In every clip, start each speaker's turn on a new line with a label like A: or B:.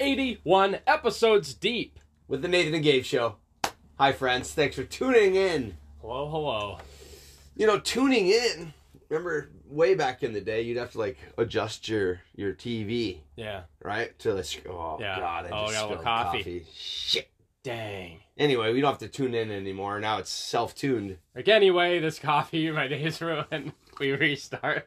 A: 81 episodes deep.
B: with the Nathan and Gabe show. Hi, friends. Thanks for tuning in.
A: Hello, hello.
B: You know, tuning in. Remember, way back in the day, you'd have to like adjust your your TV,
A: Yeah.
B: right? To the sc- oh
A: Yeah.
B: god, I
A: Oh,
B: just
A: I got a little
B: spilled
A: coffee.
B: coffee. Shit.
A: Dang.
B: Anyway, we don't have to tune in anymore. Now it's self-tuned.
A: Like, anyway, this coffee, my day is ruined. We restart.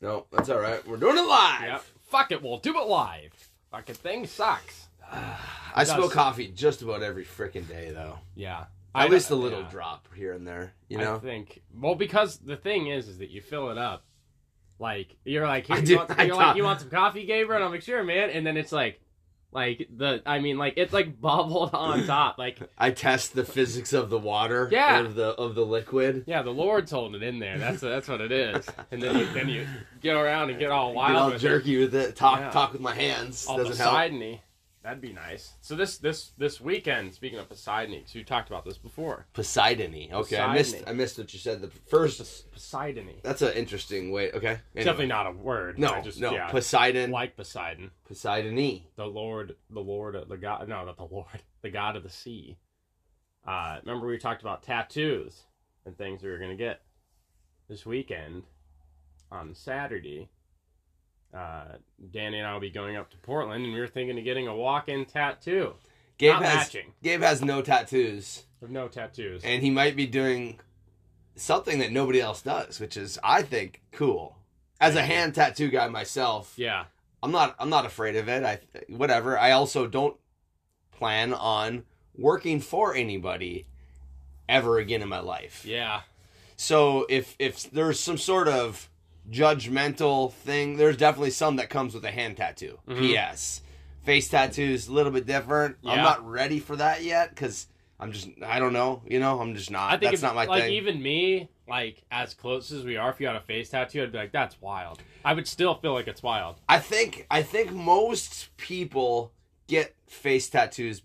B: No, that's all right. We're doing it live.
A: yep. Fuck it, we'll do it live. Fucking thing sucks.
B: I
A: It
B: spill
A: does.
B: coffee just about every freaking day, though.
A: Yeah. I-
B: At least a little
A: yeah.
B: drop here and there. You
A: I
B: know.
A: think. Well, because the thing is, is that you fill it up. Like you're like,
B: I
A: Here,
B: do-
A: you want,
B: I
A: you're like,
B: don't-
A: you want some coffee, Gabriel? And I'm like, sure, man. And then it's like, like the, I mean, like it's like bubbled on top. Like,
B: I test the physics of the water.
A: Yeah.
B: Of the of the liquid.
A: yeah, the Lord's holding it in there. That's that's what it is. And then you, then you get around and get all
B: Get
A: wild.
B: all
A: with it.
B: jerky with it. Talk
A: Yeah.
B: talk with my hands.
A: Oh,
B: Doesn't help.
A: Poseidon. That'd be nice. So this this this weekend, speaking of Poseidon, because you talked about this before.
B: Poseidon-y. Okay, I missed
A: Poseidon-y.
B: I missed what you said. The first.
A: Poseidon.
B: That's an interesting way. Okay.
A: It's
B: Anyway.
A: definitely not a word.
B: No,
A: I just,
B: no.
A: Yeah,
B: Poseidon.
A: like Poseidon.
B: Poseidon-y.
A: the Lord, the Lord, of the God, no, not the Lord, the God of the sea. Uh, remember we talked about tattoos and things we were gonna get this weekend on Saturday. Uh, Danny and I will be going up to Portland, and we were thinking of getting a walk-in tattoo.
B: Gabe
A: Not
B: has
A: matching.
B: Gabe has no tattoos,
A: With no tattoos.
B: and he might be doing something that nobody else does, which is I think cool. As a hand tattoo guy myself,
A: yeah,
B: I'm not I'm not afraid of it. I whatever. I also don't plan on working for anybody ever again in my life.
A: yeah,
B: So if if there's some sort of judgmental thing, there's definitely some that comes with a hand tattoo.
A: Mhm.
B: P.S. Face tattoos a little bit different. I'm
A: Yeah.
B: not ready for that yet because I'm just I don't know. You know, I'm just not.
A: I think
B: That's
A: if,
B: not my
A: like
B: thing.
A: even me, like as close as we are, if you had a face tattoo, I'd be like, that's wild. I would still feel like it's wild.
B: I think I think most people get face tattoos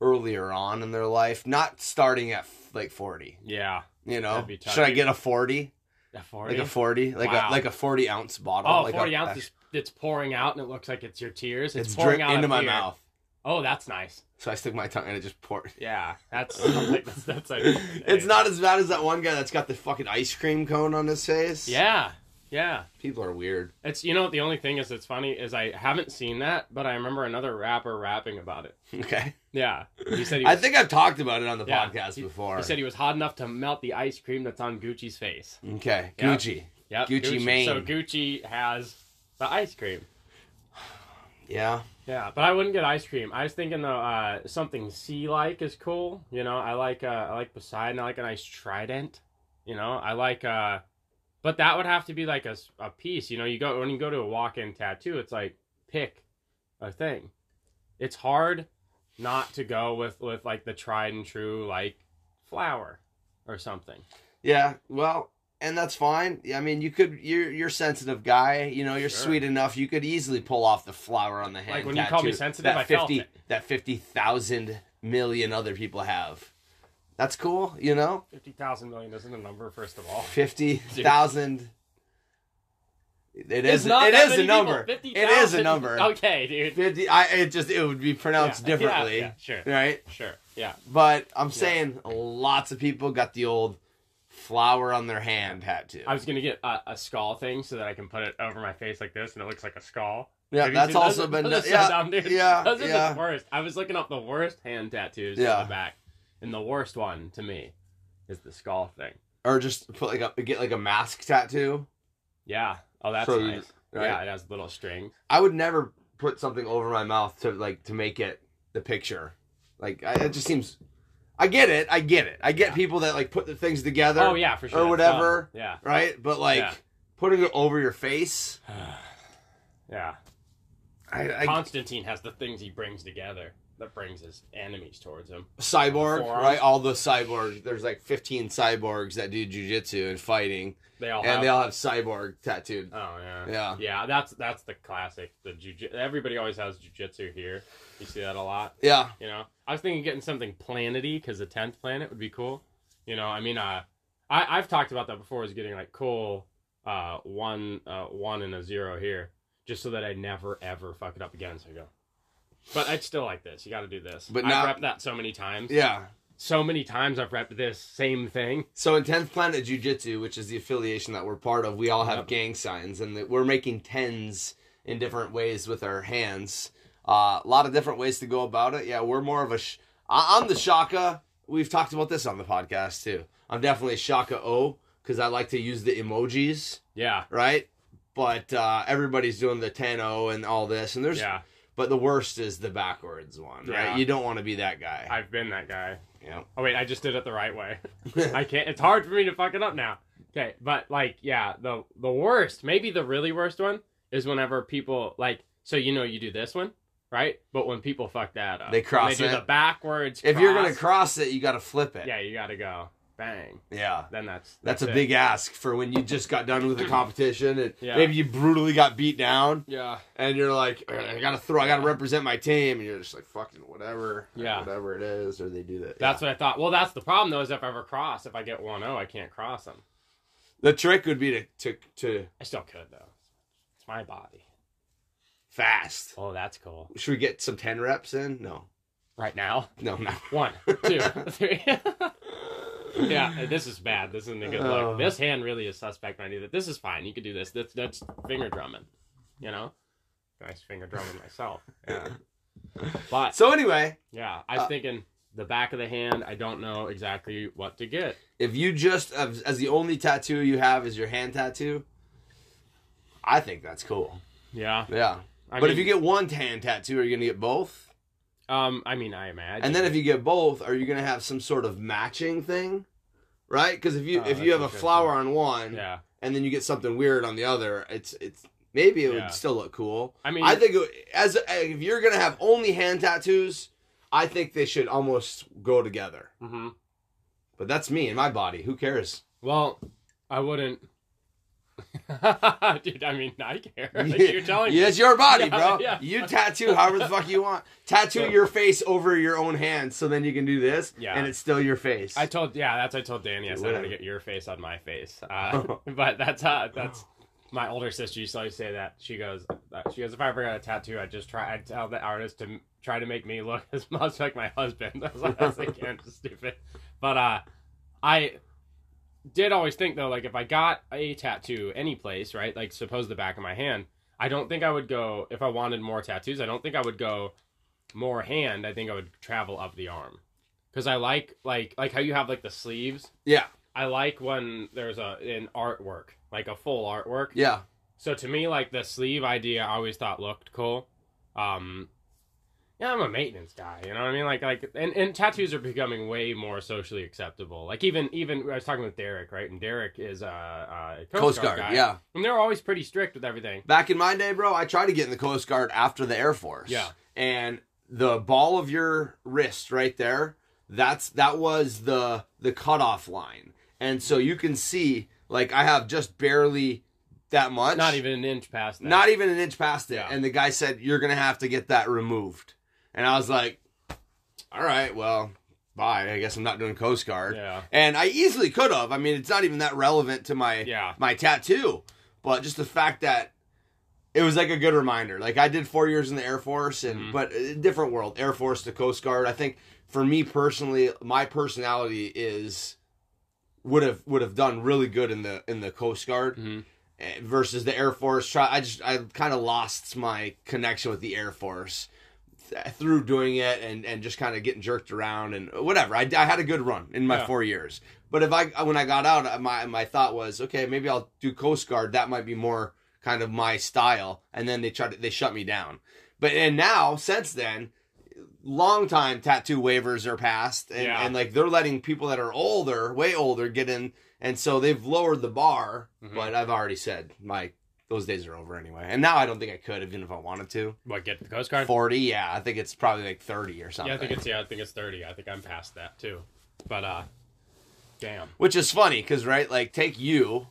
B: earlier on in their life, not starting at like 40.
A: Yeah,
B: You know,
A: That'd be tough.
B: should I get a 40?
A: At
B: Like
A: 40?
B: a 40? Like
A: Wow.
B: a like a 40 ounce bottle?
A: Oh,
B: like a-
A: 40 ounces. It's pouring out and it looks like it's your tears. It's,
B: It's
A: pouring
B: drip
A: out
B: into
A: of
B: my
A: here.
B: mouth.
A: Oh, that's nice.
B: So I stick my tongue and it just poured.
A: Yeah, that's that's, that's like,
B: It's not as bad as that one guy that's got the fucking ice cream cone on his face.
A: Yeah, yeah.
B: People are weird.
A: It's you know the only thing is that's funny is I haven't seen that, but I remember another rapper rapping about it.
B: Okay.
A: Yeah, he said he
B: I
A: was,
B: think I've talked about it on the
A: Yeah.
B: podcast
A: He-
B: before.
A: he said he was hot enough to melt the ice cream that's on Gucci's face.
B: okay.
A: Yeah.
B: Gucci.
A: Yep,
B: Gucci Mane.
A: So Gucci has the ice cream.
B: Yeah.
A: Yeah, but I wouldn't get ice cream. I was thinking though, uh, something sea like is cool. You know, I like uh, I like Poseidon. I like a nice trident. You know, I like. uh But that would have to be like a, s- a piece. You know, you go when you go to a walk in tattoo, it's like pick a thing. It's hard not to go with with like the tried and true like flower or something.
B: Yeah. Well, and that's fine. I mean, you could. You're you're a sensitive guy. You know, you're
A: Sure.
B: sweet enough. You could easily pull off the flower on the hand.
A: when you call me
B: tattoo
A: sensitive,
B: that
A: I felt it.
B: That fifty thousand million other people have. That's cool. You know,
A: Fifty thousand million isn't a number, first of all.
B: fifty thousand. It is.
A: not
B: It
A: that
B: is a
A: many people.
B: number.
A: 50,000
B: it is a number.
A: Okay, dude.
B: Fifty. I. It just. It would be pronounced
A: Yeah, yeah,
B: differently.
A: yeah, sure.
B: Right.
A: Sure. Yeah.
B: But I'm saying lots of people got the old flower on their hand tattoo.
A: I was gonna get a, a skull thing so that I can put it over my face like this, and it looks like a skull.
B: yeah,
A: Have you
B: that's
A: seen those?
B: also been.
A: Those are so
B: yeah,
A: dumb, dude.
B: yeah,
A: those are
B: yeah.
A: the worst. I was looking up the worst hand tattoos on
B: Yeah.
A: the back, and the worst one to me is the skull thing.
B: or just put like a get like a mask tattoo.
A: Yeah. Oh, that's
B: So you-
A: nice.
B: right.
A: Yeah, it has little strings.
B: I would never put something over my mouth to like to make it the picture. Like I, it just seems. I get it. I get it. I get
A: Yeah. people
B: people that like put the things together.
A: oh yeah, for sure.
B: or
A: It's dumb.
B: whatever.
A: Yeah.
B: Right, but like
A: Yeah.
B: putting it over your face.
A: Yeah.
B: I, I,
A: Constantine has the things he brings together that brings his enemies towards him.
B: cyborg,
A: Forearms.
B: right? All the cyborgs. There's like 15 cyborgs that do jujitsu and fighting,
A: They all have
B: and they all have cyborg tattooed.
A: Oh yeah.
B: Yeah.
A: Yeah, that's that's the classic. The jujitsu. Everybody always has jujitsu here. You see that a lot.
B: Yeah,
A: You know, I was thinking getting something planety because the tenth planet would be cool. You know, I mean, uh, I I've talked about that before. Is getting like cool, uh, one uh one and a zero here. just so that I never ever fuck it up again. So I go, but I'd still like this. You got to do this.
B: But
A: I've
B: now-
A: repped that so many times.
B: Yeah.
A: So many times I've repped this same thing.
B: So in 10th Planet Jiu Jitsu, which is the affiliation that we're part of, we all have
A: Yep.
B: gang signs and that we're making tens in different ways with our hands. Uh, a lot of different ways to go about it. Yeah, we're more of a. Sh- I- I'm the Shaka. We've talked about this on the podcast too. I'm definitely Shaka O because I like to use the emojis,
A: Yeah.
B: right? But uh, everybody's doing the 10 O and all this. And there's.
A: Yeah.
B: But the worst is the backwards one,
A: Yeah.
B: right? You don't want to be that guy.
A: I've been that guy.
B: yeah.
A: Oh wait, I just did it the right way. I can't. It's hard for me to fuck it up now. Okay, but like, yeah, the the worst, maybe the really worst one is whenever people like. So you know, you do this one, right? But when people fuck that up,
B: They cross
A: They do
B: it.
A: the backwards.
B: if you're gonna
A: cross,
B: cross it, you got to flip it.
A: yeah, you gotta go bang.
B: Yeah.
A: Then that's
B: That's, a
A: it.
B: big ask for when you just got done with a competition and
A: Yeah.
B: maybe you brutally got beat down
A: yeah.
B: and you're like, I gotta throw, I gotta represent my team, and you're just like, fucking whatever,
A: Yeah.
B: whatever it is, or they do that.
A: That's
B: yeah.
A: what I thought. Well, that's the problem though. Is if I ever cross, if I get one zero, I can't cross them.
B: the trick would be to to to
A: I still could though. It's my body.
B: fast.
A: Oh, that's cool.
B: Should we get some ten reps in? No,
A: Right now,
B: no, no.
A: one, two, three. yeah, this is bad. This isn't a good
B: Oh.
A: look. This hand really is suspect when I do that. This is fine. You could do this. That's that's finger drumming. You know? Nice finger drumming myself. Yeah. But
B: So anyway,
A: yeah, I was
B: Uh,
A: thinking the back of the hand, I don't know exactly what to get.
B: if you just as, as the only tattoo you have is your hand tattoo, I think that's cool.
A: Yeah.
B: Yeah,
A: I
B: but
A: mean,
B: if you get one hand tattoo, are you gonna get both?
A: um I mean I imagine
B: And then if you get both, are you gonna have some sort of matching thing? Right? Because if you
A: Oh,
B: if you
A: that's
B: have a
A: interesting.
B: flower on one
A: Yeah.
B: and then you get something weird on the other, it's it's maybe it
A: Yeah.
B: would still look cool.
A: I mean
B: I think it, as if you're gonna have only hand tattoos, I think they should almost go together.
A: hmm
B: But that's me and my body. Who cares?
A: Well, I wouldn't Dude, I mean I care. Like, you're telling
B: yeah,
A: me.
B: it's your body,
A: Yeah,
B: bro.
A: yeah.
B: You tattoo however the fuck you want. Tattoo your face over your own hand, so then you can do this,
A: Yeah.
B: and it's still your face.
A: I told yeah, that's I told Danny I said I'm gonna
B: Whatever.
A: get your face on my face. Uh, but that's uh, that's my older sister used to always say that. She goes uh, she goes if I ever got a tattoo, I would just try I would tell the artist to m- try to make me look as much like my husband as I as I can. It's stupid, but uh, I did always think though like if I got a tattoo any place right like suppose the back of my hand, I don't think I would go if I wanted more tattoos. I don't think I would go more hand. I think I would travel up the arm because I like like like how you have like the sleeves.
B: yeah,
A: I like when there's a an artwork, like a full artwork.
B: yeah,
A: So to me, like the sleeve idea, I always thought looked cool. Um, yeah, I'm a maintenance guy. You know what I mean? Like like and, and tattoos are becoming way more socially acceptable. Like even even I was talking with Derek, right? And Derek is a, a Coast, Guard, guy.
B: yeah.
A: and they're always pretty strict with everything.
B: Back in my day, bro, I tried to get in the Coast Guard after the Air Force.
A: Yeah.
B: And the ball of your wrist right there, that's that was the the cutoff line. And so you can see like I have just barely that much.
A: Not even an inch past that.
B: not even an inch past it.
A: Yeah.
B: And the guy said, You're gonna have to get that removed. And I was like, All right, well, bye. I guess I'm not doing Coast Guard.
A: Yeah.
B: And I easily could have. I mean, it's not even that relevant to my
A: Yeah.
B: my tattoo, but just the fact that it was like a good reminder. Like I did four years in the Air Force, and
A: Mhm.
B: but a different world, Air Force to Coast Guard. I think for me personally, my personality is would have would have done really good in the in the Coast Guard
A: Mhm.
B: eh, versus the Air Force. Try I just I kind of lost my connection with the Air Force th- through doing it and and just kind of getting jerked around and whatever. I, I had a good run in my
A: Yeah.
B: four years, but if I when I got out, my my thought was okay, maybe I'll do Coast Guard. That might be more kind of my style. And then they tried to, they shut me down. But and now since then. Long time tattoo waivers are passed, and,
A: Yeah.
B: and like they're letting people that are older, way older, get in, and so they've lowered the bar.
A: Mhm.
B: But I've already said my those days are over anyway, and now I don't think I could even if I wanted to.
A: What get the Coast Guard?
B: Forty, yeah, I think it's probably like thirty or something.
A: Yeah, I think it's yeah, I think it's thirty. I think I'm past that too. But uh, damn.
B: which is funny because right, like take you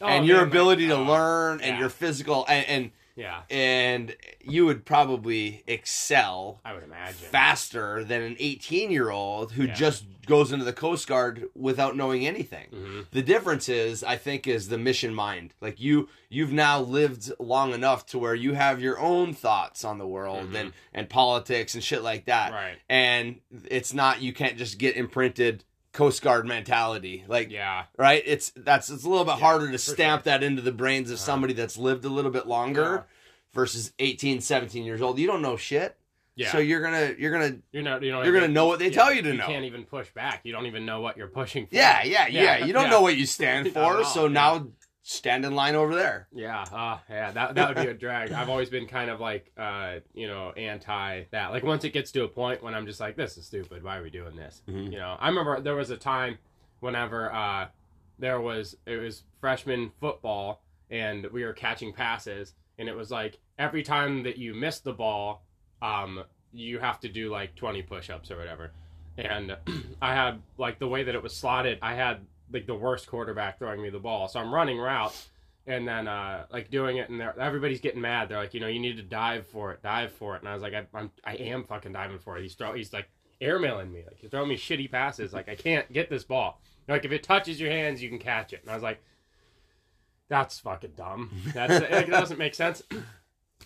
A: Oh,
B: and your
A: man,
B: ability
A: like,
B: to
A: uh,
B: learn and
A: yeah.
B: your physical and, and
A: Yeah,
B: and you would probably excel
A: I would imagine.
B: faster than an 18 year old who
A: Yeah.
B: just goes into the Coast Guard without knowing anything.
A: hmm
B: The difference is, I think, is the mission mind. Like you, you've now lived long enough to where you have your own thoughts on the world
A: Mhm.
B: and and politics and shit like that.
A: Right.
B: And it's not you can't just get imprinted Coast Guard mentality. Like
A: Yeah.
B: right, it's that's it's a little bit
A: Yeah,
B: harder to
A: for
B: stamp that into the brains of
A: Uh-huh.
B: somebody that's lived a little bit longer versus 18, 17 years old. You don't know shit.
A: Yeah.
B: So you're gonna you're gonna
A: you're not. You know.
B: you're gonna know what they
A: yeah,
B: tell you to know.
A: can't even push back. You don't even know what you're pushing for.
B: Yeah, yeah, yeah.
A: Yeah.
B: You don't
A: Yeah.
B: know what you stand
A: Not at
B: for,
A: all,
B: so
A: yeah.
B: now stand in line over there.
A: Yeah, uh, yeah, that that would be a drag. I've always been kind of like, uh, you know, anti that. Like once it gets to a point when I'm just like, this is stupid. Why are we doing this? You know, I remember there was a time whenever uh, there was it was freshman football and we were catching passes and it was like every time that you missed the ball, um, you have to do like 20 push-ups or whatever. And I had like the way that it was slotted, I had like the worst quarterback throwing me the ball. So I'm running routes and then uh like doing it and they're- everybody's getting mad. They're like, you know, you need to dive for it, dive for it. And I was like, I, I'm I am fucking diving for it. He's throw he's like airmailing me. Like he's throwing me shitty passes. Like I can't get this ball. They're like if it touches your hands, you can catch it. And I was like, that's fucking dumb. That's like, that doesn't make sense.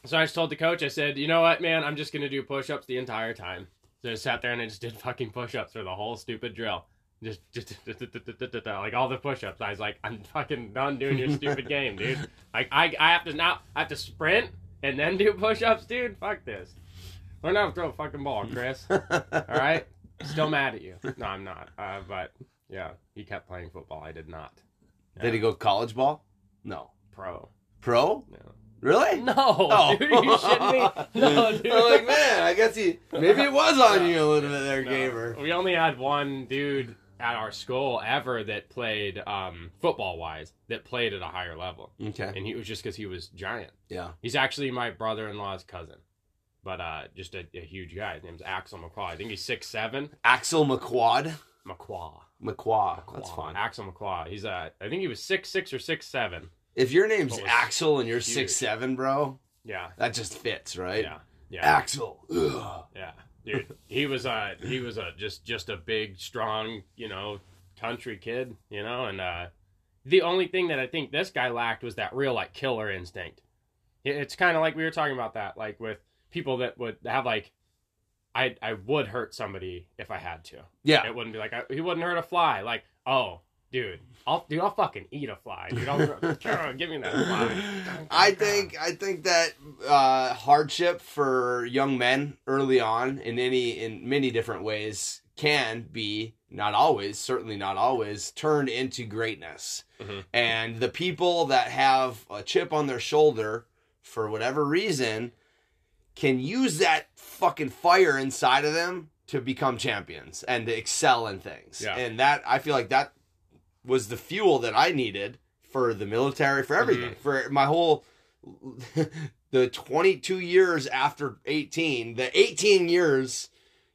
A: So I just told the coach, I said, you know what, man, I'm just gonna do push ups the entire time. So I sat there and I just did fucking push ups for the whole stupid drill. Just, just like all the push ups. I was like, I'm fucking done doing your stupid game, dude. Like I I have to now I have to sprint and then do push ups, dude. Fuck this. Learn how to throw a fucking ball, Chris. All right? Still mad at you. No, I'm not. Uh, but yeah, he kept playing football. I did not.
B: Did he go college ball? No.
A: Pro.
B: Pro?
A: No.
B: Really?
A: No,
B: Oh.
A: dude, are you shitting me? No, dude.
B: I'm like, man, I guess he maybe it was on
A: No,
B: you a little bit there,
A: No.
B: gamer.
A: We only had one dude at our school ever that played um, football wise that played at a higher level,
B: Okay.
A: and he was just because he was giant.
B: Yeah.
A: He's actually my brother in law's cousin, but uh, just a, a huge guy. His name's Axel McQuaw. I think he's six seven.
B: Axel McQuad.
A: McQuaw.
B: McQua.
A: McQuaw.
B: That's fine.
A: Axel McQuaw. He's uh, I think he was six six or six seven.
B: If your name's
A: Oh, it's
B: Axel and you're
A: huge.
B: six seven, bro,
A: Yeah,
B: that just fits, right?
A: yeah, yeah.
B: Axel. Ugh.
A: Yeah, dude, he was a he was a just just a big, strong, you know, country kid, you know, and uh, the only thing that I think this guy lacked was that real like killer instinct. It- It's kind of like we were talking about that, like with people that would have like, I I would hurt somebody if I had to.
B: Yeah.
A: It wouldn't be like I, he wouldn't hurt a fly. Like, oh, dude, I'll dude, I'll fucking eat a fly. Dude, I'll, give me that fly.
B: I think I think that uh, hardship for young men early on in any in many different ways can be not always certainly not always turned into greatness.
A: Mhm.
B: And the people that have a chip on their shoulder for whatever reason can use that fucking fire inside of them to become champions and to excel in things.
A: Yeah.
B: And that I feel like that was the fuel that I needed for the military for everything
A: Mm-hmm.
B: for my whole the 22 years after 18 the 18 years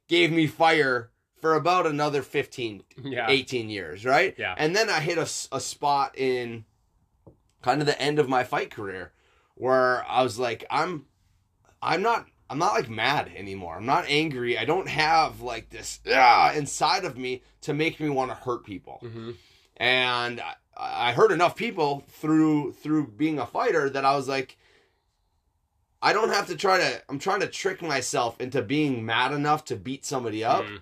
B: gave me fire for about another 15
A: yeah,
B: 18 years right
A: Yeah.
B: and then i hit a, s- a spot in kind of the end of my fight career where i was like i'm i'm not i'm not like mad anymore i'm not angry i don't have like this ah, inside of me to make me want to hurt people
A: hmm
B: and I, I heard enough people through through being a fighter that I was like, I don't have to try to. I'm trying to trick myself into being mad enough to beat somebody up,
A: Mhm.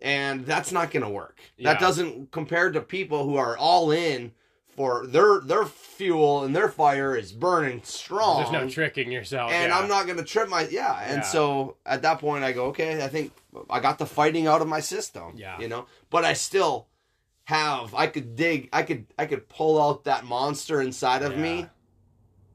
B: and that's not gonna work.
A: Yeah.
B: That doesn't compare to people who are all in for their their fuel and their fire is burning strong
A: There's no tricking yourself.
B: and
A: Oh, yeah.
B: I'm not gonna trip my yeah. And
A: Yeah.
B: so at that point, I go, okay, I think I got the fighting out of my system.
A: Yeah.
B: you know, but I still have. I could dig. I could. I could pull out that monster inside of me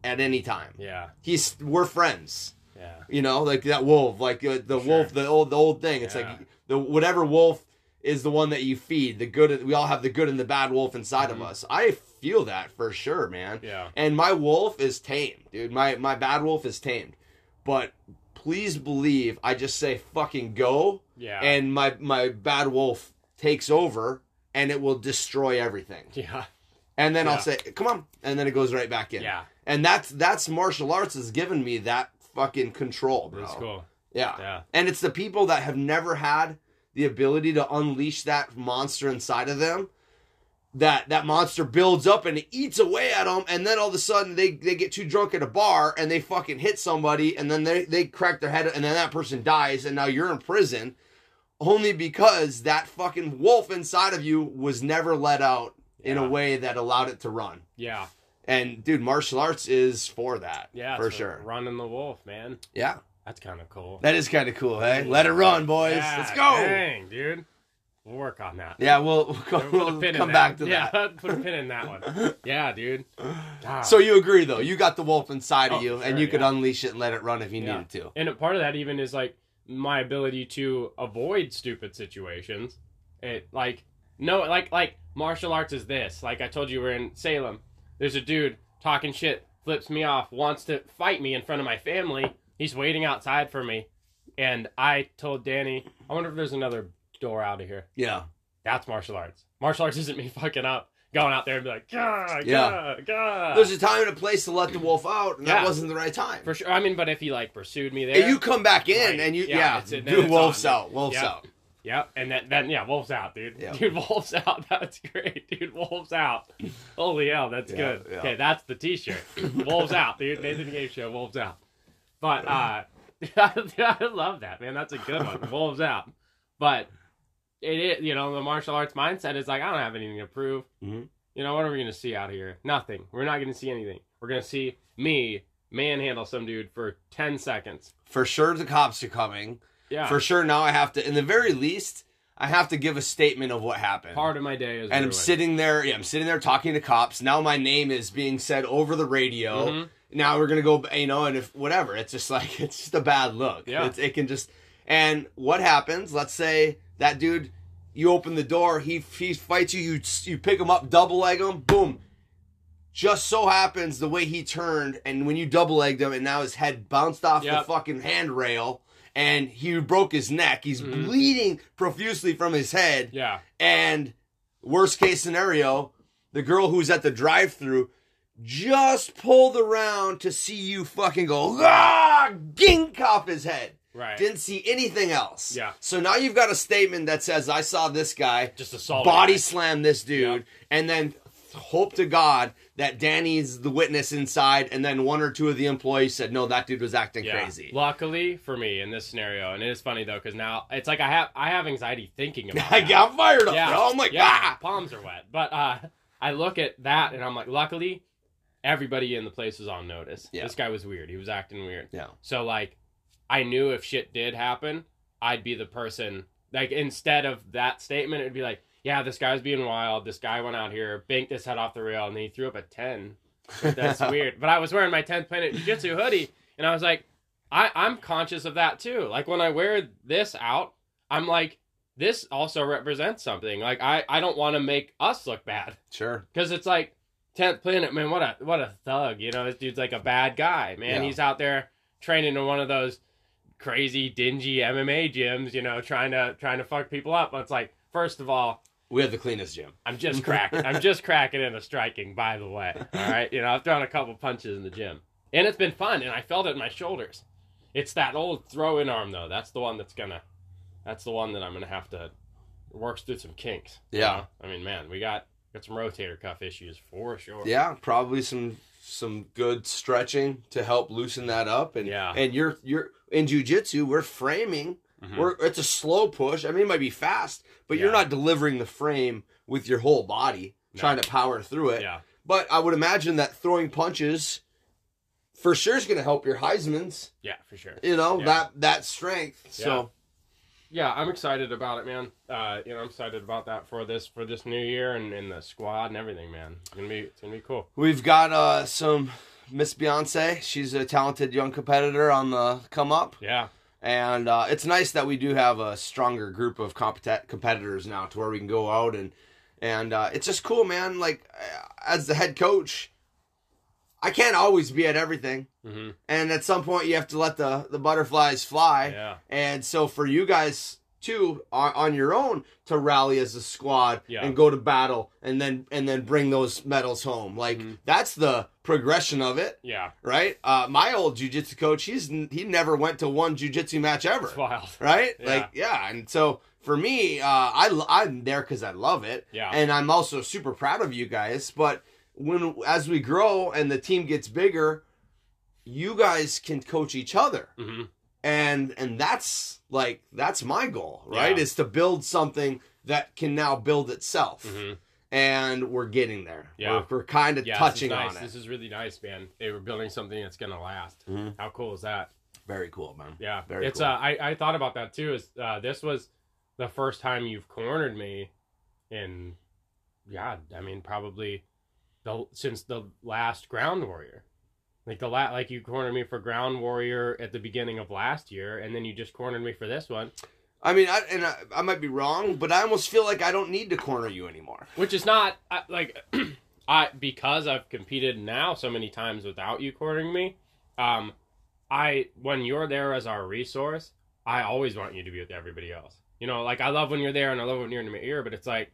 A: Yeah.
B: at any time.
A: Yeah,
B: He's we're friends.
A: yeah.
B: You know, like that wolf, like uh, the
A: Sure.
B: wolf, the old the old thing. It's
A: Yeah.
B: like the whatever wolf is the one that you feed. The good. We all have the good and the bad wolf inside
A: Mhm.
B: of us. I feel that for sure, man.
A: Yeah.
B: And my wolf is tame, dude. My my bad wolf is tamed. But please believe I just say fucking go
A: Yeah.
B: and my my bad wolf takes over and it will destroy everything.
A: yeah.
B: And then I'll
A: Yeah.
B: say, "Come on." And then it goes right back in.
A: Yeah.
B: and that's that's martial arts has given me that fucking control, bro.
A: That's cool.
B: Yeah.
A: Yeah.
B: And it's the people that have never had the ability to unleash that monster inside of them. That that monster builds up and it eats away at them, and then all of a sudden they, they get too drunk at a bar and they fucking hit somebody, and then they, they crack their head, and then that person dies, and now you're in prison, only because that fucking wolf inside of you was never let out in
A: Yeah.
B: a way that allowed it to run.
A: Yeah.
B: And dude, martial arts is for that,
A: Yeah.
B: for
A: it's a
B: sure.
A: Running the wolf, man.
B: Yeah,
A: That's kind of cool.
B: that is kind of cool, hey? Let it run, boys.
A: Yeah,
B: Let's go.
A: Dang, dude. We'll work on that.
B: Yeah, we'll we'll,
A: Put a
B: come- we'll
A: pin in
B: come back to
A: yeah,
B: that.
A: put a pin in that one. Yeah, dude. God.
B: So you agree though? You got the wolf inside
A: Oh,
B: of you,
A: sure,
B: and you could
A: yeah.
B: unleash it and let it run if you
A: Yeah.
B: needed to.
A: and a part of that even is like my ability to avoid stupid situations it like no like like martial arts is this like i told you we're in salem there's a dude talking shit flips me off wants to fight me in front of my family he's waiting outside for me and i told danny i wonder if there's another door out of here
B: Yeah,
A: that's martial arts martial arts isn't me fucking up going out there and be like gah, gah,
B: Yeah.
A: gah.
B: there's a time and a place to let the wolf out, and that
A: Uh, Yeah.
B: wasn't the right time.
A: for sure i mean but if he like pursued me there
B: And you come back in,
A: Right.
B: and you
A: Yeah,
B: yeah,
A: it's- then
B: dude,
A: it's
B: wolf's
A: on.
B: out, wolf's
A: Yeah.
B: out.
A: Yep, and then, then yeah, Wolf's out, dude.
B: Yeah.
A: Dude, Wolf's out. That's great, dude. Wolf's out. Holy hell, that's
B: Yeah,
A: good.
B: yeah.
A: Okay, that's the T-shirt. Wolf's out, dude. Nathan Game Show. Wolf's out. But uh, I love that man. That's a good one. Wolf's out. But it is, you know, the martial arts mindset is like I don't have anything to prove.
B: Mhm.
A: You know, what are we gonna see out here? Nothing. We're not gonna see anything. We're gonna see me manhandle some dude for ten seconds.
B: For sure, the cops are coming.
A: Yeah.
B: For sure, now I have to, in the very least, I have to give a statement of what happened.
A: part of my day is
B: and I'm
A: ruined.
B: sitting there. Yeah, I'm sitting there talking to cops. Now my name is being said over the radio.
A: Mhm.
B: Now we're gonna go, you know, and if whatever, it's just like it's just a bad look.
A: Yeah.
B: it's, it can just. And what happens? Let's say that dude, you open the door, he he fights you, you you pick him up, double leg him, boom. Just so happens the way he turned, and when you double legged him, and now his head bounced off
A: Yep.
B: the fucking handrail, and he broke his neck. He's
A: Mhm.
B: bleeding profusely from his head.
A: Yeah.
B: And worst case scenario, the girl who's at the drive through just pulled around to see you fucking go, ah, gink off his head.
A: Right.
B: Didn't see anything else.
A: Yeah.
B: So now you've got a statement that says, I saw this guy
A: just assault
B: body
A: guy.
B: slam this dude, and then hope to God that Danny's the witness inside, and then one or two of the employees said, no, that dude was acting
A: Yeah.
B: crazy.
A: Luckily for me in this scenario, and it is funny though because now it's like I have I have anxiety thinking about.
B: I
A: that.
B: got fired up,
A: yeah,
B: bro. I'm like,
A: yeah,
B: ah!
A: my palms are wet. But uh, I look at that and I'm like, luckily, everybody in the place was on notice.
B: Yeah.
A: This guy was weird. He was acting weird.
B: Yeah.
A: So like, I knew if shit did happen, I'd be the person. Like instead of that statement, it'd be like, yeah, this guy's being wild. This guy went out here, banked his head off the rail, and he threw up a ten. That's weird. But I was wearing my 10th Planet Jiu Jitsu hoodie, and I was like, I, I'm conscious of that too. Like when I wear this out, I'm like, this also represents something. Like I, I don't want to make us look bad
B: Sure.
A: because it's like 10th Planet, man. What a what a thug. You know, this dude's like a bad guy, man.
B: Yeah.
A: He's out there training in one of those crazy dingy MMA gyms. You know, trying to trying to fuck people up. But it's like, first of all,
B: We have the cleanest gym.
A: I'm just cracking. I'm just cracking into striking, by the way. All right. You know, I've thrown a couple punches in the gym. And it's been fun, and I felt it in my shoulders. It's that old throw in arm, though. That's the one that's going to, that's the one that I'm going to have to work through some kinks. you
B: Yeah.
A: know? I mean, man, we got, got some rotator cuff issues for sure.
B: Yeah, probably some some good stretching to help loosen that up. And
A: Yeah.
B: and you're you're in jujitsu, we're framing.
A: Mhm.
B: We're it's a slow push. I mean, it might be fast, but you're
A: Yeah.
B: not delivering the frame with your whole body
A: No.
B: trying to power through it.
A: Yeah.
B: But I would imagine that throwing punches for sure is going to help your Heisman's.
A: Yeah, for sure.
B: You know
A: Yeah.
B: that that strength. So
A: Yeah, I'm excited about it, man. Uh, you know, I'm excited about that for this for this new year and, and the squad and everything, man. It's gonna be it's gonna be cool.
B: we've got uh, some Miss Beyonce. She's a talented young competitor on the come up.
A: Yeah,
B: And uh, it's nice that we do have a stronger group of compet- competitors now, to where we can go out and and uh, it's just cool, man. Like uh, as the head coach, I can't always be at everything,
A: hmm
B: and at some point you have to let the the butterflies fly.
A: yeah,
B: And so for you guys too on, on your own to rally as a squad
A: Yeah.
B: and go to battle and then and then bring those medals home. Like
A: Mhm.
B: that's the progression of it,
A: Yeah,
B: right? Uh, my old jujitsu coach, he's n- he never went to one jujitsu match ever,
A: it's wild.
B: right?
A: Yeah.
B: Like yeah, and so for me, uh, I lo- I'm there because I love it,
A: Yeah.
B: and I'm also super proud of you guys. But when as we grow and the team gets bigger, you guys can coach each other
A: hmm
B: and and that's like that's my goal right
A: Yeah.
B: is to build something that can now build itself
A: hmm
B: and we're getting there
A: Yeah.
B: we're, we're kind of
A: Yeah,
B: touching
A: this is nice.
B: on it
A: This is really nice, man. They were building something that's gonna last.
B: Mhm.
A: How cool is that?
B: very cool man
A: Yeah,
B: Very
A: it's.
B: cool.
A: Uh, I I thought about that too. Is uh, this was the first time you've cornered me in? Yeah, I mean probably the since the last Ground Warrior, like the la- like you cornered me for Ground Warrior at the beginning of last year, and then you just cornered me for this one,
B: i mean I, and I, I might be wrong but i almost feel like i don't need to corner you anymore
A: which is not I, like I because I've competed now so many times without you cornering me. Um, I when you're there as our resource, I always want you to be with everybody else. You know, like I love when you're there and I love when you're in my ear, but it's like,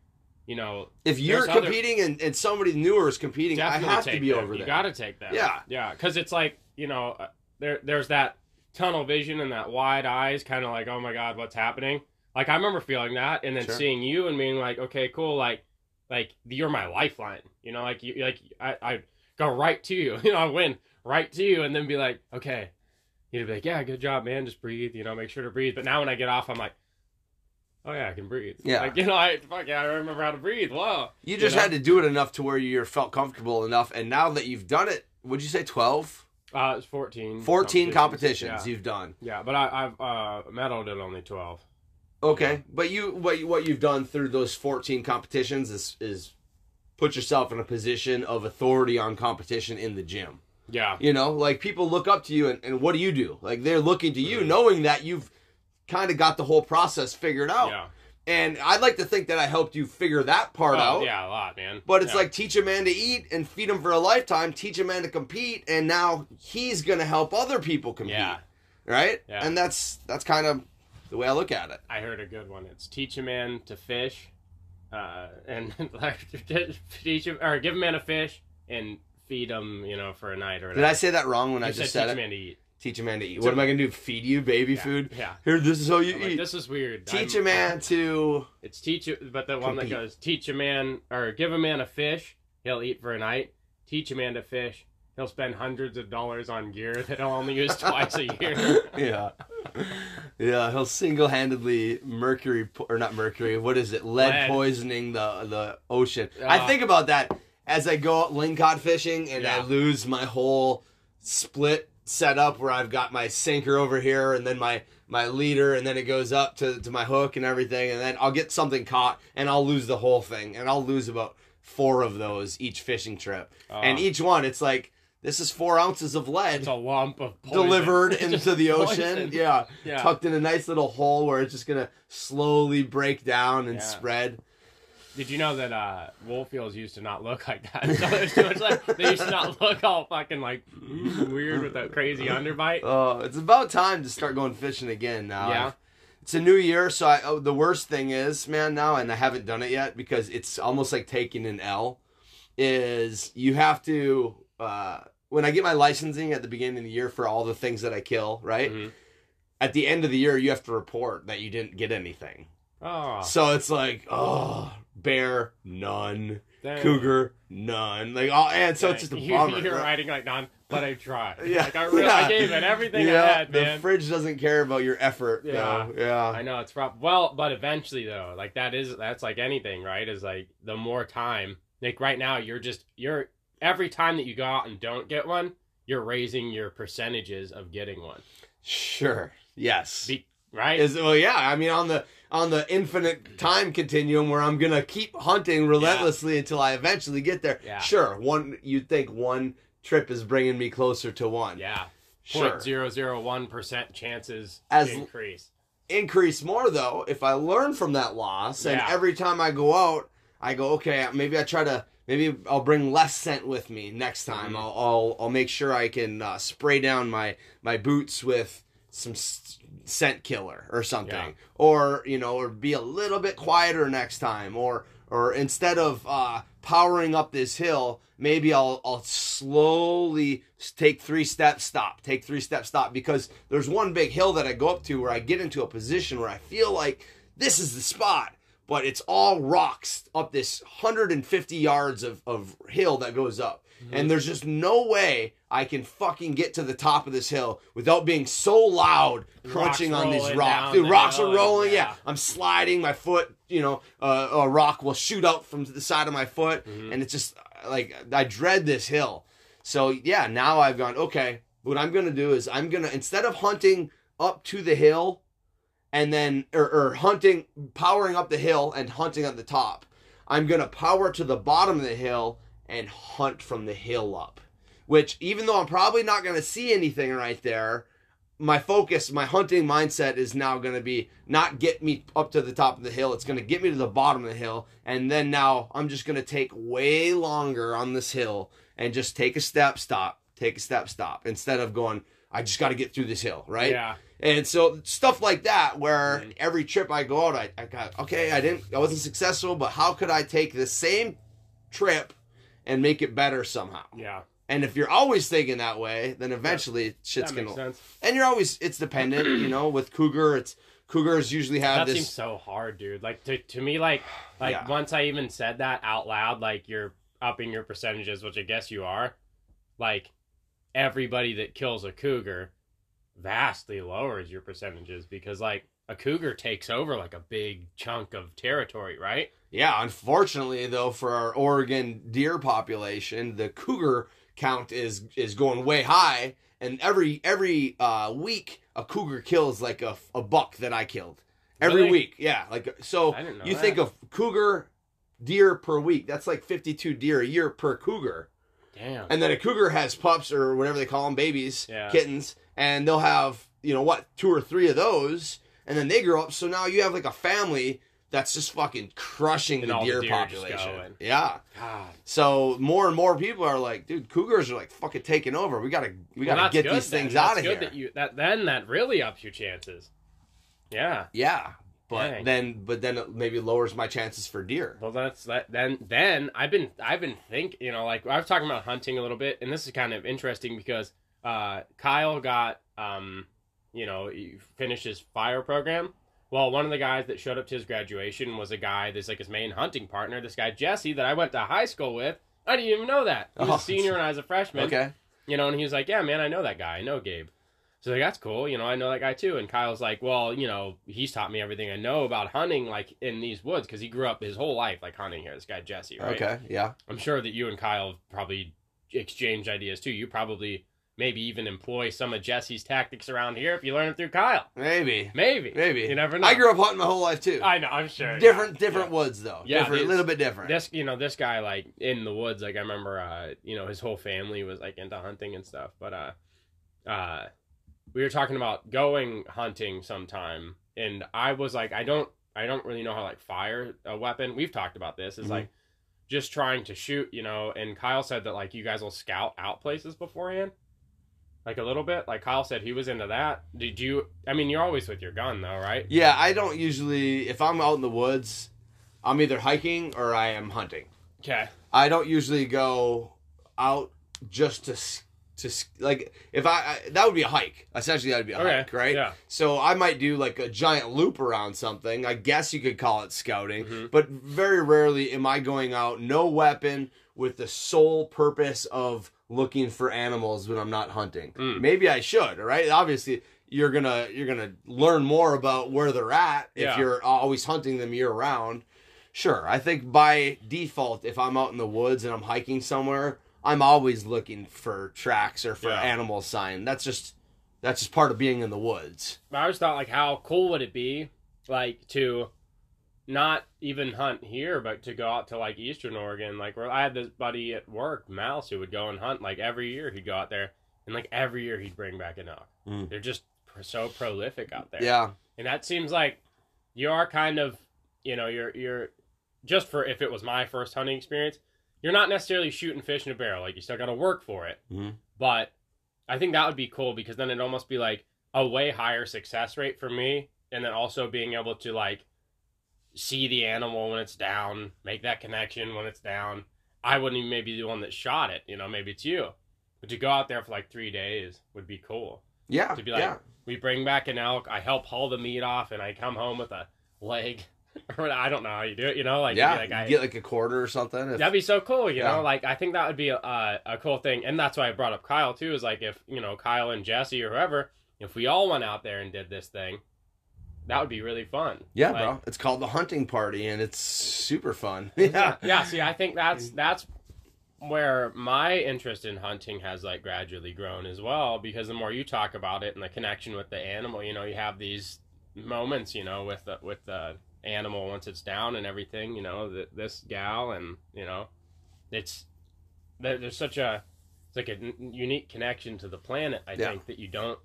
A: you know,
B: if you're
A: There's other-
B: competing and, and somebody newer is competing
A: definitely
B: i have
A: take
B: to be
A: them.
B: over
A: you
B: there
A: gotta take that.
B: Yeah.
A: yeah, because it's like you know, uh, there there's that tunnel vision and that wide eyes, kind of like, oh my god, what's happening? Like I remember feeling that, and then
B: Sure.
A: seeing you and being like, okay, cool, like like you're my lifeline. You know, like you like I I go right to you. You know, I win right to you, and then be like, okay, you'd be like, yeah, good job, man. Just breathe. You know, make sure to breathe. But now when I get off, I'm like. Oh yeah, I can breathe.
B: Yeah.
A: like you know, I fuck yeah, I remember how to breathe. Whoa,
B: you just
A: know?
B: had to do it enough to where you felt comfortable enough and now that you've done it would you say 12
A: uh, it's fourteen.
B: 14 competitions
A: Yeah.
B: you've done
A: Yeah, but I, I've uh, medaled at only twelve.
B: Okay, but you what you- what you've done through those fourteen competitions is is put yourself in a position of authority on competition in the gym.
A: Yeah,
B: You know, like people look up to you, and, and what do you do? Like they're looking to
A: Mm-hmm.
B: you, knowing that you've kind of got the whole process figured out.
A: yeah,
B: And I'd like to think that I helped you figure that part
A: oh,
B: out.
A: yeah, a lot, man.
B: But it's
A: Yeah.
B: like teach a man to eat and feed him for a lifetime, teach a man to compete, and now he's gonna help other people compete.
A: yeah.
B: Right?
A: Yeah.
B: And that's that's kind of the way I look at it.
A: I heard a good one. It's teach a man to fish, uh, and like teach him or give a man a fish and feed him, you know, for a night or.
B: Did I say that wrong when I
A: you
B: just
A: said
B: said
A: teach
B: it?
A: a man to eat.
B: teach a man to eat. What am I gonna do? Feed you baby
A: Yeah,
B: food?
A: Yeah.
B: Here, this is how you
A: I'm
B: eat.
A: like, this is weird.
B: teach
A: I'm-
B: a man to.
A: It's teach, but the one that
B: Compete.
A: goes teach a man or give a man a fish, he'll eat for a night. Teach a man to fish, he'll spend hundreds of dollars on gear that he'll only use twice a year.
B: Yeah, yeah. He'll single-handedly mercury po- or not mercury. What is it? Lead,
A: Lead.
B: poisoning the the ocean. I
A: Ah.
B: think about that as I go out lingcod fishing and I
A: Yeah.
B: lose my whole split setup where I've got my sinker over here and then my my leader and then it goes up to, to my hook and everything and then I'll get something caught and I'll lose the whole thing and I'll lose about four of those each fishing trip. and
A: Ah.
B: each one it's like this is four ounces of lead
A: It's a lump of poison.
B: delivered
A: It's
B: into
A: just
B: the ocean.
A: poison.
B: Yeah.
A: Yeah.
B: Tucked in a nice little hole where it's just gonna slowly break down and
A: Yeah.
B: spread.
A: Did you know that uh, Woolfields used to not look like that? So there's too much like they used to not look all fucking like mm, weird with that crazy underbite.
B: Oh, it's about time to start going fishing again now.
A: Yeah.
B: It's a new year, so I, oh, the worst thing is, man, now, and I haven't done it yet because it's almost like taking an L, is you have to, uh, when I get my licensing at the beginning of the year for all the things that I kill, right?
A: Mhm.
B: At the end of the year, you have to report that you didn't get anything.
A: Oh,
B: So it's like, oh, bear, none.
A: dang.
B: Cougar, none. Like, oh, and so it's just a
A: You-
B: bummer.
A: You're writing like non, but I tried.
B: Yeah.
A: like I, really,
B: Yeah.
A: I gave it everything I had, man.
B: The fridge doesn't care about your effort,
A: Yeah.
B: though. Yeah.
A: I know it's rough. Well, but eventually though, like that is that's like anything, right? Is like the more time, like right now, you're just you're every time that you go out and don't get one, you're raising your percentages of getting one,
B: Sure. Yes.
A: Be- right?
B: Is well, yeah. I mean, on the on the infinite time continuum, where I'm gonna keep hunting relentlessly until I eventually get there.
A: Yeah.
B: Sure. One, you'd think one trip is bringing me closer to one.
A: yeah,
B: Sure.
A: point zero zero one percent chances
B: As-
A: increase.
B: Increase more though if I learn from that loss, and
A: Yeah.
B: every time I go out, I go, okay, maybe I try to. Maybe I'll bring less scent with me next time.
A: Mhm.
B: I'll, I'll I'll make sure I can uh, spray down my my boots with some s- scent killer or something
A: Yeah.
B: or you know or be a little bit quieter next time or or instead of uh powering up this hill maybe i'll i'll slowly s- take three steps stop take three steps stop because there's one big hill that i go up to where i get into a position where i feel like this is the spot but it's all rocks up this 150 yards of, of hill that goes up
A: Mm-hmm.
B: and there's just no way I can fucking get to the top of this hill without being so loud crunching on these
A: rolling
B: rocks.
A: down
B: Dude,
A: the
B: rocks
A: hill
B: are
A: and-
B: rolling. Yeah.
A: yeah.
B: I'm sliding my foot. You know, uh, a rock will shoot out from the side of my foot,
A: Mm-hmm.
B: and it's just uh, like I dread this hill. So yeah, now I've gone. Okay, what I'm gonna do is I'm gonna instead of hunting up to the hill, and then or, or hunting, powering up the hill and hunting on the top, I'm gonna power to the bottom of the hill and hunt from the hill up. Which even though I'm probably not gonna see anything right there, my focus, my hunting mindset is now going to be not get me up to the top of the hill. It's going to get me to the bottom of the hill. And then now I'm just going to take way longer on this hill and just take a step, stop, take a step, stop, instead of going, I just got to get through this hill, right?
A: Yeah.
B: And so stuff like that, where every trip I go out, I, I got, okay, I didn't, I wasn't successful, but how could I take the same trip and make it better somehow?
A: Yeah.
B: And if you're always thinking that way, then eventually shit's
A: That
B: going
A: makes
B: to
A: sense.
B: and you're always it's dependent you know with cougar it's cougars usually have
A: That
B: this
A: seems so hard, dude. Like to, to me, like like
B: Yeah.
A: once I even said that out loud, like you're upping your percentages, which I guess you are. Like everybody that kills a cougar vastly lowers your percentages because like a cougar takes over like a big chunk of territory, right?
B: yeah unfortunately though for our oregon deer population the cougar count is is going way high and every every uh week a cougar kills like a, a buck that i killed every
A: Really?
B: week yeah like so
A: I didn't know
B: Oh, you
A: that.
B: think of cougar deer per week that's like 52 deer a year per cougar
A: Damn.
B: And then a cougar has pups or whatever they call them, babies,
A: Yeah.
B: kittens, and they'll have you know what, two or three of those, and then they grow up. So now you have like a family that's just fucking crushing
A: And
B: the
A: all the
B: deer,
A: deer just go
B: population.
A: in.
B: Yeah.
A: God.
B: So more and more people are like, dude, cougars are like fucking taking over. We gotta we
A: Well,
B: gotta
A: that's
B: get
A: good
B: these
A: then.
B: things
A: That's
B: out of
A: good
B: here.
A: That you, that, then that really ups your chances. Yeah.
B: yeah. But
A: Dang.
B: then but then it maybe lowers my chances for deer.
A: Well, that's that. Then, then I've been, I've been think, you know, like I was talking about hunting a little bit, and this is kind of interesting because uh, Kyle got, um, you know, he finished his fire program. Well, one of the guys that showed up to his graduation was a guy that's like his main hunting partner. This guy Jesse that I went to high school with. I didn't even know that. He was
B: Oh.
A: a senior and I was a freshman.
B: Okay.
A: You know, and he was like, "Yeah, man, I know that guy. I know Gabe." So like, that's cool. You know, I know that guy too. And Kyle's like, "Well, you know, he's taught me everything I know about hunting, like in these woods, because he grew up his whole life like hunting here." This guy Jesse, right?
B: Okay. Yeah.
A: I'm sure that you and Kyle have probably exchanged ideas too. You probably maybe even employ some of Jesse's tactics around here if you learn it through Kyle.
B: Maybe.
A: Maybe,
B: Maybe.
A: you never know.
B: I grew up hunting my whole life too.
A: I know. I'm sure.
B: different
A: yeah,
B: different
A: yeah.
B: woods though.
A: Yeah,
B: different a
A: it's-
B: little bit different.
A: This, you know, this guy like in the woods. Like I remember, uh, you know, his whole family was like into hunting and stuff. But uh, uh, we were talking about going hunting sometime, and I was like, I don't, I don't really know how to, like fire a weapon. We've talked about this. It's
B: Mhm.
A: like just trying to shoot, you know. And Kyle said that like you guys will scout out places beforehand. Like a little bit, like Kyle said, he was into that. Did you? I mean, you're always with your gun, though, right?
B: Yeah, I don't usually. If I'm out in the woods, I'm either hiking or I am hunting.
A: Okay.
B: I don't usually go out just to s- to s- like if I, I that would be a hike. Essentially, that would be a
A: Okay.
B: hike, right?
A: Yeah.
B: So I might do like a giant loop around something. I guess you could call it scouting,
A: Mhm.
B: but very rarely am I going out no weapon with the sole purpose of looking for animals when I'm not hunting.
A: Mm.
B: Maybe I should, all right? Obviously, you're going to you're going to learn more about where they're at if
A: Yeah.
B: you're always hunting them year round. Sure, I think by default if I'm out in the woods and I'm hiking somewhere, I'm always looking for tracks or for
A: Yeah.
B: animal sign. That's just that's just part of being in the woods.
A: I always thought like how cool would it be like to not even hunt here but to go out to like eastern Oregon like where I had this buddy at work Mouse who would go and hunt like every year he'd go out there and like every year he'd bring back an elk.
B: Mm.
A: They're just pr- so prolific out there.
B: Yeah.
A: And that seems like you are kind of, you know, you're you're just for if it was my first hunting experience, you're not necessarily shooting fish in a barrel. Like you still got to work for it.
B: Mhm.
A: But I think that would be cool because then it'd almost be like a way higher success rate for me, and then also being able to like see the animal when it's down, make that connection when it's down. I wouldn't even maybe be the one that shot it, you know, maybe it's you. But to go out there for like three days would be cool.
B: Yeah.
A: To be like,
B: yeah.
A: We bring back an elk, I help haul the meat off, and I come home with a leg. Or I don't know how you do it, you know, like
B: yeah.
A: like I,
B: you get like a quarter or something. if-
A: That'd be so cool, you
B: Yeah.
A: know. Like I think that would be a, uh, a cool thing, and that's why I brought up Kyle too. Is like if you know Kyle and Jesse or whoever, if we all went out there and did this thing, that would be really fun.
B: yeah,
A: Like,
B: bro. It's called the hunting party and it's super fun. Yeah. Mm.
A: Yeah, see, I think that's that's where my interest in hunting has like gradually grown as well. Because the more you talk about it and the connection with the animal, you know, you have these moments, you know, with the with the animal once it's down and everything. You know, th this gal and you know, it's there, there's such a it's like a n- unique connection to the planet. I
B: Yeah.
A: think that you don't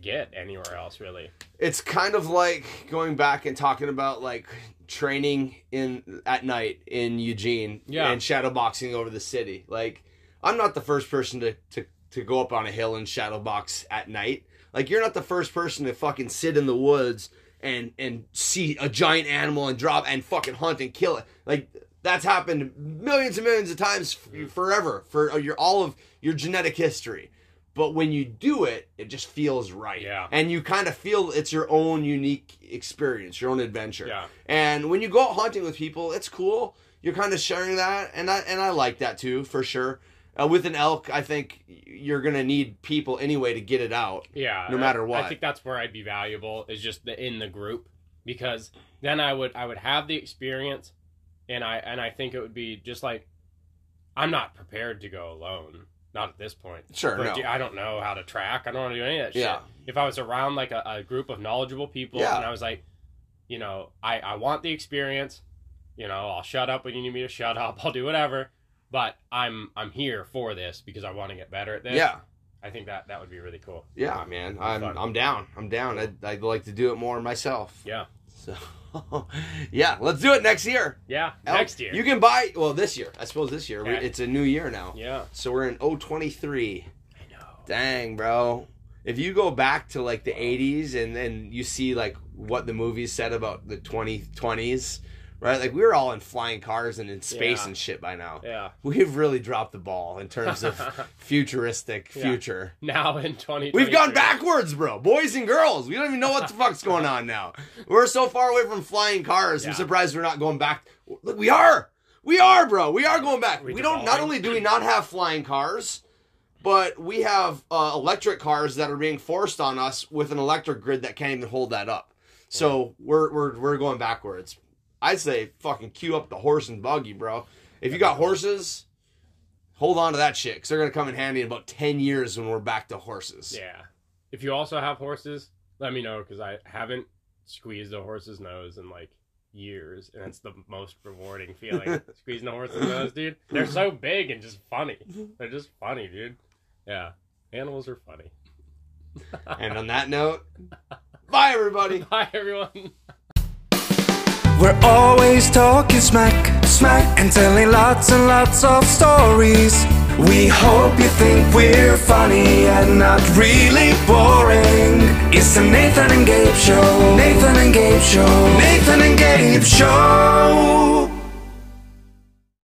A: get anywhere else really.
B: It's kind of like going back and talking about like training in at night in Eugene
A: Yeah.
B: and shadow boxing over the city. Like I'm not the first person to, to, to go up on a hill and shadow box at night. Like you're not the first person to fucking sit in the woods and and see a giant animal and drop and fucking hunt and kill it. Like that's happened millions and millions of times
A: Mm.
B: f- forever for uh, your all of your genetic history. But when you do it, it just feels right.
A: Yeah.
B: And you kind of feel it's your own unique experience, your own adventure.
A: Yeah.
B: And when you go out hunting with people, it's cool. You're kind of sharing that, and I and I like that too for sure. Uh, with an elk, I think you're gonna need people anyway to get it out.
A: yeah
B: no
A: I-
B: matter
A: i
B: what.
A: think that's where i'd be valuable is just the in the group because then i would i would have the experience and i and i think it would be just like i'm not prepared to go alone not at this point
B: Sure,
A: But
B: no.
A: dude, i don't know how to track i don't want to do any of that
B: Yeah.
A: shit if i was around like a, a group of knowledgeable people
B: Yeah.
A: and i was like you know i i want the experience you know i'll shut up when you need me to shut up i'll do whatever but i'm i'm here for this because i want to get better at this
B: Yeah.
A: i think that that would be really cool
B: Yeah, man. I'm
A: Fun.
B: I'm down. I'm down. I'd, I'd like to do it more myself.
A: yeah
B: So, yeah, let's do it next year.
A: Yeah,
B: Elk,
A: next year.
B: You can buy, well, this year. I suppose this year. We-
A: Yeah.
B: It's a new year now.
A: yeah.
B: So we're in 023.
A: I know.
B: Dang, bro. If you go back to like the 80s and then you see like what the movies said about the 2020s, right? Like we were all in flying cars and in space
A: Yeah.
B: and shit by now.
A: Yeah.
B: We've really dropped the ball in terms of futuristic
A: Yeah.
B: future.
A: Now in 20
B: We've gone backwards, bro. Boys and girls, we don't even know what the fuck's going on now. We're so far away from flying cars. I'm
A: Yeah.
B: surprised we're not going back. Look, we are. We are, bro. We are going back. We,
A: We
B: don't. Not
A: devolving?
B: only do we not have flying cars, but we have uh, electric cars that are being forced on us with an electric grid that can't even hold that up. So we're we're we're going backwards. I'd say fucking queue up the horse and buggy, bro. If you got horses, hold on to that shit because they're gonna come in handy in about ten years when we're back to horses.
A: Yeah. If you also have horses, let me know because I haven't squeezed a horse's nose in like years, and it's the most rewarding feeling. Squeezing a horse's nose, dude. They're so big and just funny. They're just funny, dude. Yeah. Animals are funny.
B: And on that note, bye everybody.
A: Hi, everyone.
C: We're always talking smack, smack, and telling lots and lots of stories. We hope you think we're funny and not really boring. It's the Nathan and Gabe Show. Nathan and Gabe Show. Nathan and Gabe Show.